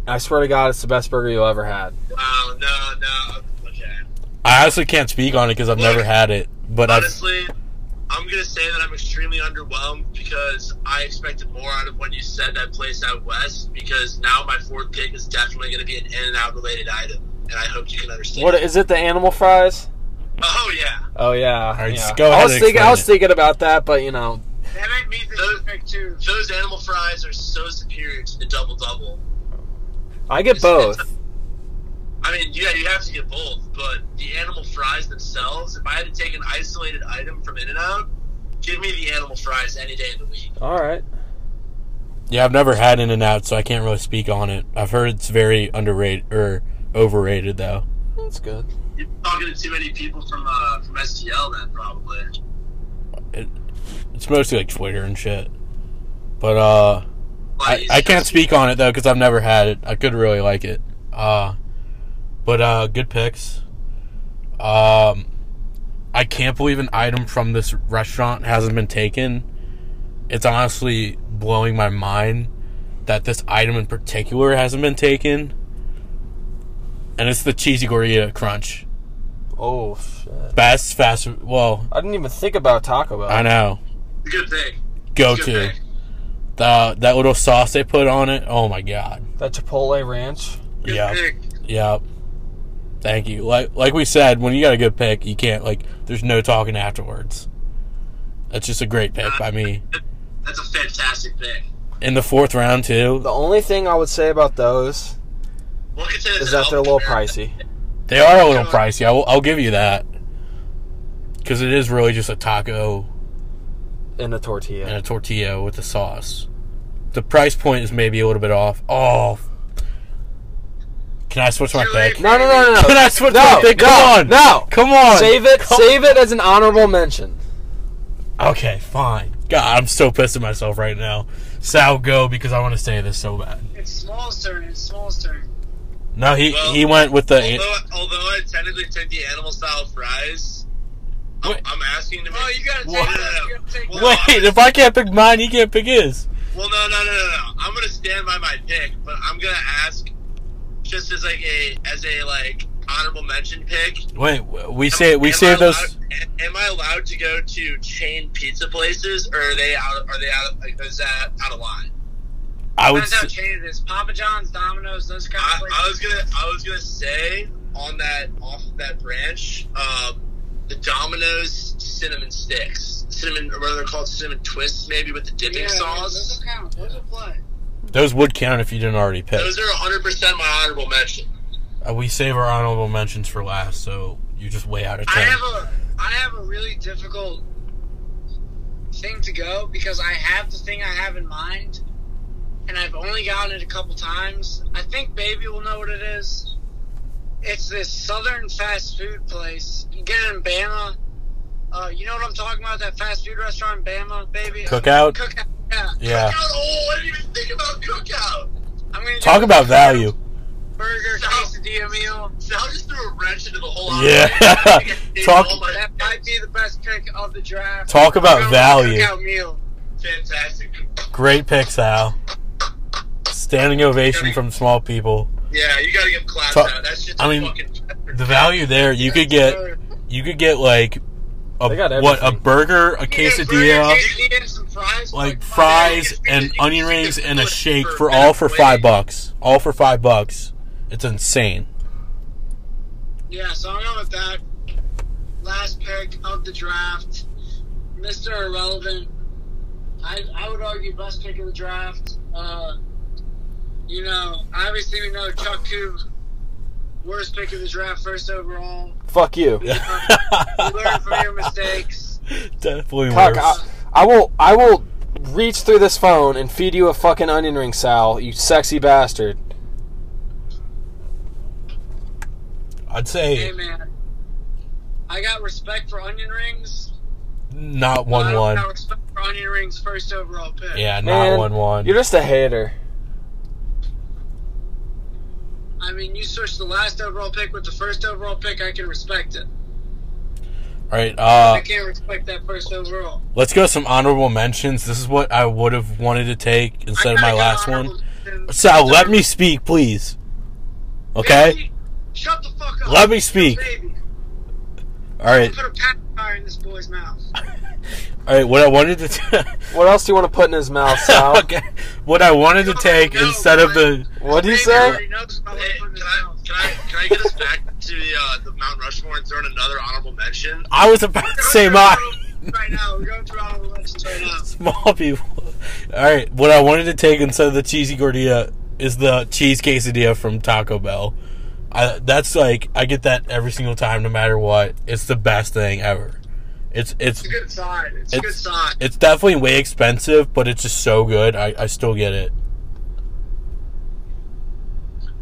B: I swear to God, it's the best burger you'll ever had.
D: Wow, no, no, okay.
A: I honestly can't speak on it because I've never had it, but I've,
D: Honestly, I'm gonna say that I'm extremely underwhelmed because I expected more out of when you said that place out west. Because now my fourth pick is definitely gonna be an in and out related item, and I hope you can understand.
B: What is it? The animal fries?
D: Oh yeah,
B: Oh yeah. All
A: right,
B: yeah.
A: just go ahead
B: I was
A: and
B: thinking. I
A: explain
B: was
A: it.
B: thinking about that, but you know,
C: That might me think
D: Those-
C: the pick too.
D: those animal fries are so superior to the double double.
B: I get both.
D: I mean, yeah, you have to get both, but the animal fries themselves. If I had to take an isolated item from In and Out, give me the animal fries any day of the week.
B: All right.
A: yeah, I've never had In and Out, so I can't really speak on it. I've heard it's very underrated or overrated, though.
B: That's good.
D: You're talking to too many people from uh, from STL then, probably.
A: It's mostly like Twitter and shit. But uh, I,
D: Like,
A: I can't speak on it though because I've never had it. I could really like it. Uh, but uh, good picks. Um, I can't believe an item from this restaurant hasn't been taken. It's honestly blowing my mind that this item in particular hasn't been taken. And it's the cheesy gordita crunch.
B: Oh shit.
A: Best fast. Well,
B: I didn't even think about Taco Bell.
A: I know.
D: Good pick.
A: Go
D: Good
A: to
D: pick.
A: the that little sauce they put on it. Oh my god.
B: That Chipotle Ranch.
D: Good
A: Yeah.
D: pick.
A: Yep. Thank you. Like like we said, when you got a good pick, you can't like there's no talking afterwards. That's just a great pick by me.
D: That's a fantastic pick.
A: In the fourth round too,
B: The only thing I would say about those
D: One could say
B: is
D: that's
B: that they're a little
D: Alvin
B: pricey.
A: they are a little pricey. I will, I'll give you that because it is really just a taco
B: In a
A: and
B: tortilla.
A: a tortilla with the sauce. The price point is maybe a little bit off. Oh, can I switch my
C: Too late.
A: pick?
B: No, no, no, no,
A: Can
B: no.
A: I switch
B: No,
A: my pick? Come
B: no,
A: on,
B: no.
A: come on.
B: Save it.
A: Come-
B: Save it as an honorable mention.
A: Okay, fine. God, I'm so pissed at myself right now. Sal, go because I want to say this so bad.
C: It's Small's turn. It's Small's turn.
A: No, he
D: Well,
A: he went with the.
D: Although, although I technically took the animal style fries, I'm,
A: Wait.
D: I'm asking to make.
E: Oh, you gotta take
D: Well,
E: this,
D: no, no,
E: you gotta take
D: no.
E: this.
D: Well,
A: Wait, if I can't pick mine, he can't pick his.
D: Well, no, no, no, no, no. I'm gonna stand by my pick, but I'm gonna ask just as like a as a like honorable mention pick.
A: Wait, we say we
D: Am
A: say
D: I allowed-
A: those.
D: a- Am I allowed to go to chain pizza places, or are they out? Are they out? Of, like, is that out of line?
A: I would.
C: Depends how
A: s-
C: chain it is. Papa John's, Domino's, those kind of
D: I,
C: places.
D: I was gonna I was gonna say on that off of that branch, um, the Domino's cinnamon sticks, cinnamon or what they're called cinnamon twists, maybe with the dipping
C: yeah, Those
D: sauce.
C: will count. Those will play.
A: Those would count if you didn't already pick.
D: Those are 100 percent my honorable mention.
A: Uh, we save our honorable mentions for last, so you're just way out of
C: I
A: time.
C: have a I have a really difficult thing to go because I have the thing I have in mind, and I've only gotten it a couple times. I think Baby will know what it is. It's this southern fast food place. You get it in Bama. Uh, you know what I'm talking about? That fast food restaurant in Bama, baby.
A: Cookout?
C: Cookout. Yeah.
A: yeah.
D: Cookout, oh, I didn't even think about cookout.
C: I'm gonna
A: Talk
C: do
A: about value.
C: burger
D: No.
C: quesadilla meal.
D: Sal just threw a wrench into the whole.
A: Yeah.
D: operation.
A: Talk-
D: All my-
C: That might be the best pick of the draft.
A: Talk about
C: I'm going
A: value.
C: with Cookout meal.
D: Fantastic.
A: Great picks, Al. Standing ovation from small people.
D: Yeah, you gotta give claps
A: Talk-
D: out. That's just
A: I mean,
D: fucking.
A: The value there, you could get,
C: Burger.
A: you could get like, a,
B: They got
A: what a
B: everything.
A: burger, a
C: You get
A: quesadilla,
C: burger, quesadilla, and some fries,
A: like
C: fuck,
A: fries
D: You can
A: and
D: feed it-
A: onion
D: you can
A: rings
D: feed
A: and
D: it
A: a
D: for
A: shake
D: a
A: for all for
D: halfway.
A: five bucks. All for five bucks. It's insane.
C: Yeah, so I'm going with that. Last pick of the draft, Mr. Irrelevant. I, I would argue best pick of the draft. Uh, you know, obviously we know Chuck Coop, worst pick of the draft, first overall.
B: Fuck you.
C: Learn from your mistakes.
A: Definitely
B: Cock,
A: worse.
B: I, I will. I will reach through this phone and feed you a fucking onion ring, Sal. You sexy bastard.
A: I'd
C: Hey
A: say
C: man, I got respect for onion rings.
A: not
C: I
A: one
C: don't
A: one.
C: got respect for onion rings first overall pick.
A: Yeah,
B: Man,
A: not one one.
B: You're just a hater.
C: I mean, you switched the last overall pick with the first overall pick. I can respect it.
A: All right, uh,
C: I can't respect that first overall.
A: let's go some honorable mentions. This is what I would have wanted to take instead of my
C: I gotta go
A: last
C: honorable
A: one.
C: mention.
A: Sal, let me speak, please. Okay?
C: Baby, shut the fuck up.
A: Let me speak.
C: Baby,
A: All right.
C: put a pacifier in this boy's mouth.
A: All right, what I wanted to t-
B: What else do you want to put in his mouth, Sal?
A: Okay. What I wanted to take
C: No,
A: instead of the
B: What do you
C: Baby
B: say?
C: already knows about what
D: Hey,
C: to
D: can
C: put in his
D: I,
C: mouth.
D: can I can I get us back to the uh, the Mount Rushmore and throw in another honorable mention?
A: I was about to say mine.
C: Right now, we're going through all the elections right now.
A: Small people. All right, what I wanted to take instead of the cheesy gordita is the cheese quesadilla from Taco Bell. I, that's like I get that every single time, no matter what. It's the best thing ever. It's it's
C: It's a good sign. It's, a good
A: It's-
C: sign.
A: it's definitely way expensive, but it's just so good. I, I still get it.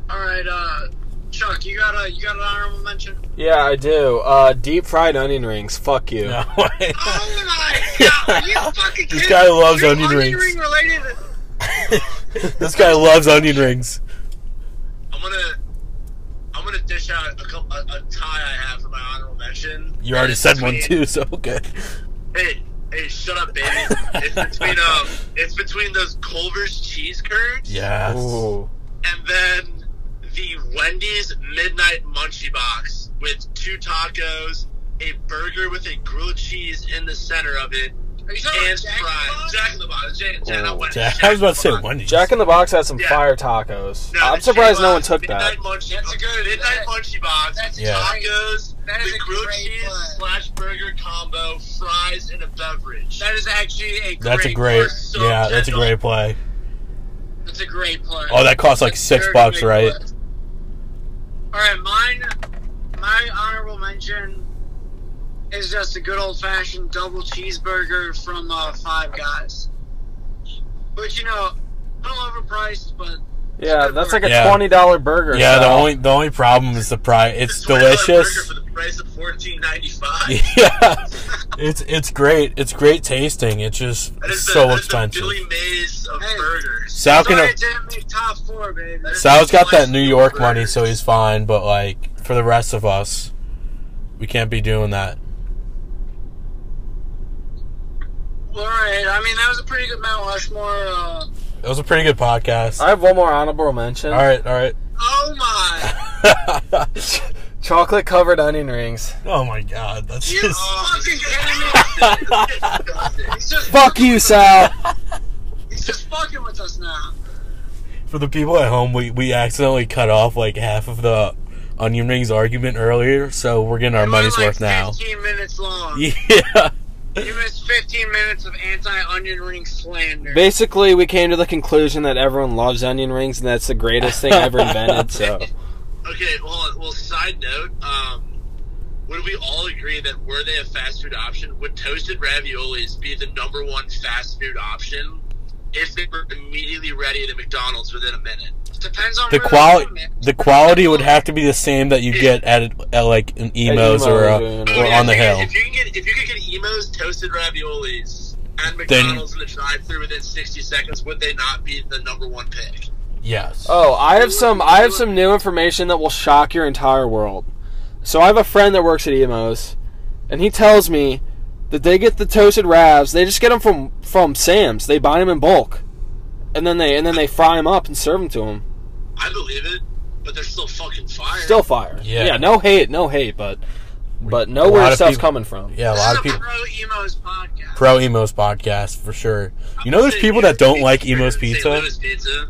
C: All right, uh, Chuck, you got a you got an honorable mention.
B: Yeah, I do. Uh, deep fried onion rings. Fuck you.
A: No,
C: Oh my god! You fucking
A: This
C: kidding
A: guy
C: me?
A: loves
C: You're
A: onion rings.
C: Ring related.
A: this guy loves onion rings.
D: I'm gonna I'm gonna dish out a, couple, a, a tie I have for my honorable mention.
A: You already
D: It's
A: said one
D: between-
A: too, so good.
D: Hey, hey, shut up, baby. it's between um, it's between those Culver's cheese curds.
A: Yes.
B: Ooh.
D: and then the Wendy's Midnight Munchie Box with two tacos, a burger with a grilled cheese in the center of it,
C: Are you talking about
D: and
C: Jack in the
D: fries.
C: Box?
D: Jack in the Box. Jack, Jack,
B: Oh,
D: not Wendy's,
A: Jack, I was about to say
D: in the Box.
A: Wendy's.
B: Jack in the Box had some
D: Yeah.
B: fire tacos.
D: No,
B: I'm
D: the
B: surprised
D: Jack
B: no one
D: Box,
B: took
D: Midnight
B: that.
D: Munchie,
C: That's a good-
D: Midnight
C: that-
D: Munchie Box.
C: that's a
A: Yeah.
C: great-
D: Tacos,
C: that is
D: the
C: a
D: grilled
C: great
D: cheese
C: plan.
D: slash burger combo, fries, and a beverage.
C: That is actually a great.
A: That's a great.
C: play.
D: so
A: Yeah, that's a
D: gentle.
A: great play.
C: That's a great play.
A: Oh, that costs like
C: That's
A: six
C: very
A: bucks,
C: big
A: right?
C: play. All right, mine. My honorable mention is just a good old fashioned double cheeseburger from uh, Five Guys. But you know, a little overpriced, but
B: Yeah, that's like a
A: Yeah.
B: twenty dollar burger.
A: Yeah, the
B: Sal.
A: only the only problem is the price. It's
D: It's a $20
A: delicious.
D: Burger for the price of fourteen ninety five.
A: Yeah, it's it's great. It's great tasting. It's just
D: That is the,
A: so
D: that is
A: expensive.
D: The Billy Mays of
C: Hey.
D: burgers.
A: Sal
C: sorry
A: can
C: it didn't make top four, baby.
A: Sal's got that
D: Slice
A: New
D: of
A: York money, so
D: burgers.
A: he's fine. But like for the rest of us, we can't be doing that.
C: Well, all right. I mean, that was a pretty good Mount Rushmore. Uh,
A: It was a pretty good podcast.
B: I have one more honorable mention.
A: All right, all right.
C: oh my!
B: Chocolate covered onion rings.
A: oh my god, that's
C: You
A: just.
C: fucking kidding me? He's just
B: Fuck you, Sal.
C: He's just fucking with us now.
A: For the people at home, we, we accidentally cut off like half of the onion rings argument earlier, so we're getting our
C: It
A: money's
C: went,
A: worth
C: like,
A: now.
C: 15 minutes long.
A: Yeah.
C: You missed 15 minutes of anti-onion ring slander.
B: Basically, we came to the conclusion that everyone loves onion rings and that's the greatest thing ever invented. So
D: Okay, well, well. Side note, um, would we all agree that were they a fast food option, would toasted raviolis be the number one fast food option if they were immediately ready at a McDonald's within a minute?
C: Depends on
A: The
C: where
A: quality,
C: you're from, man.
A: the quality would have to be the same that you get at, at like an emos or a,
B: Emos,
A: or
B: yeah.
A: on the hill.
D: If you can get, if you could get emos toasted raviolis at McDonald's in the drive-through within sixty seconds, would they not be the number one pick?
A: Yes.
B: Oh, I have some I have some new information that will shock your entire world. So I have a friend that works at Emos, and he tells me that they get the toasted ravs. They just get them from from Sam's. They buy them in bulk, and then they and then they fry them up and serve them to them.
D: I believe it, but they're still fucking fire.
B: Still fire.
A: Yeah.
B: No hate. No hate. But but know
A: A
B: where
A: lot of
B: stuff's
A: people-
B: coming from.
A: Yeah, a
C: This
A: lot of
C: is a
A: people.
C: pro emos podcast.
A: Pro Emos podcast for sure. You know,
D: I'm
A: there's
D: saying
A: people
D: Emos
A: that don't like
D: pizza,
A: Emos
D: St.
A: pizza.
D: Louis pizza.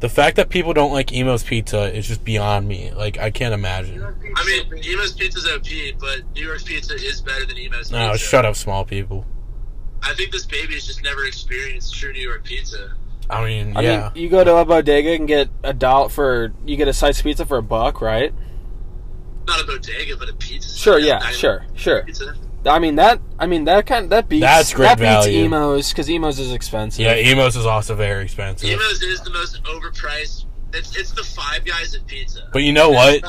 A: The fact that people don't like Emo's pizza is just beyond me. Like, I can't imagine.
D: I mean, Emo's pizza's OP, but New York's pizza is better than Emo's pizza.
A: No, shut up, small people.
D: I think this baby has just never experienced true New York pizza.
A: I mean,
B: I
A: yeah.
B: mean, you go to a bodega and get a dollar for you get a slice of pizza for a buck, right?
D: Not a bodega, but a pizza.
B: Sure,
D: shop.
B: yeah,
D: Not
B: sure, sure.
D: a Pizza.
B: I mean that. I mean that kind. That beats.
A: That's great
B: that beats
A: value.
B: Emos because Emos is expensive.
A: yeah, Emo's is also very expensive.
D: Emo's is the most overpriced. It's it's the Five Guys of pizza.
A: But you know what?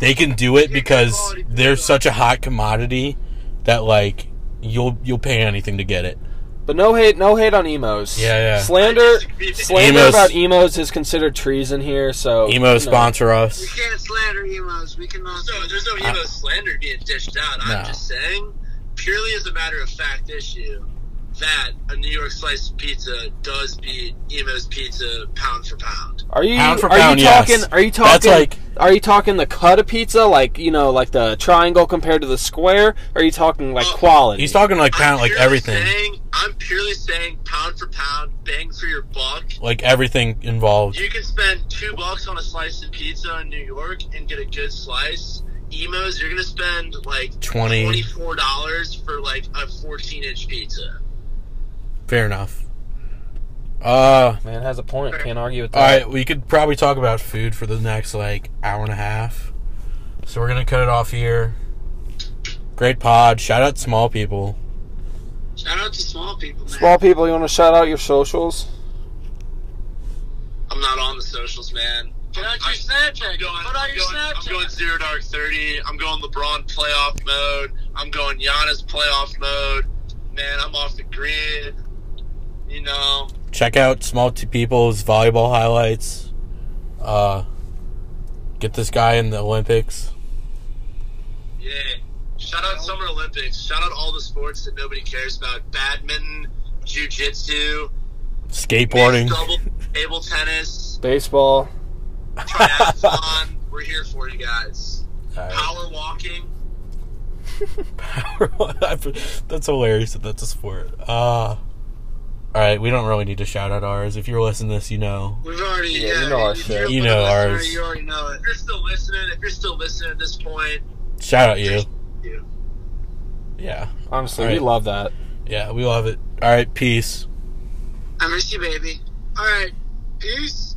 A: They can do it because they're such a hot commodity that like you'll you'll pay anything to get it.
B: But no hate, no hate on emos.
A: Yeah, yeah.
B: Slander, slander
A: Emos-
B: about emos is considered treason here. So
A: Emo
B: you know.
A: sponsor
C: we
A: us.
C: can't slander emos. We can also.
D: So there's no Emo slander being dished out. I'm
A: No.
D: just saying, purely as a matter of fact issue, that a New York slice of pizza does beat Emo's pizza pound for pound.
B: Are you
A: Pound for
B: are
A: pound,
B: you
A: yes.
B: talking? Are you talking?
A: That's like-
B: are you talking the cut of pizza, like you know, like the triangle compared to the square? Or are you talking like
D: Oh,
B: quality?
A: He's talking like
D: I'm
A: pound like
D: purely
A: everything.
D: Saying, I'm purely saying pound for pound, bang for your buck.
A: Like everything involved.
D: You can spend two bucks on a slice of pizza in New York and get a good slice. Emos, you're gonna spend like
A: 20.
D: twenty four dollars for like a fourteen inch pizza.
A: Fair enough. Uh
B: Man has a point. Can't argue with
A: all
B: that.
A: right, we could probably talk about food for the next like hour and a half. So we're gonna cut it off here. Great pod. Shout out small people.
C: Shout out to small people, man.
B: Small people, you want to shout out your socials?
D: I'm not on the socials, man.
C: Get out your
D: I'm-
C: Snapchat.
D: I'm going,
C: Put out your
D: I'm going- I'm
C: Snapchat.
D: going zero dark thirty. I'm going LeBron playoff mode. I'm going Giannis playoff mode. Man, I'm off the grid. You know,
A: Check out small t- people's volleyball highlights. Uh get this guy in the Olympics.
D: yeah. Shout out Summer Olympics. Shout out all the sports that nobody cares about: badminton, jujitsu,
A: Skateboarding.
D: mixed double, table tennis,
B: Baseball.
D: triathlon. We're here for you guys.
A: All right.
D: Power walking.
A: that's hilarious that that's a sport. Uh, all right, we don't really need to shout out ours. If you're listening to this, you know.
C: We've already,
B: Yeah, you
C: yeah,
B: know our
C: if
B: shit.
C: you're
A: You
C: a
A: know
C: listener,
A: ours.
C: You already know it.
D: If you're still listening, if you're still listening at this point,
A: Shout out you.
D: you.
A: Yeah.
B: Honestly,
A: All
B: we
A: right.
B: love that.
A: Yeah, we love it. All right, peace.
C: I'm Risky Baby. All right. Peace.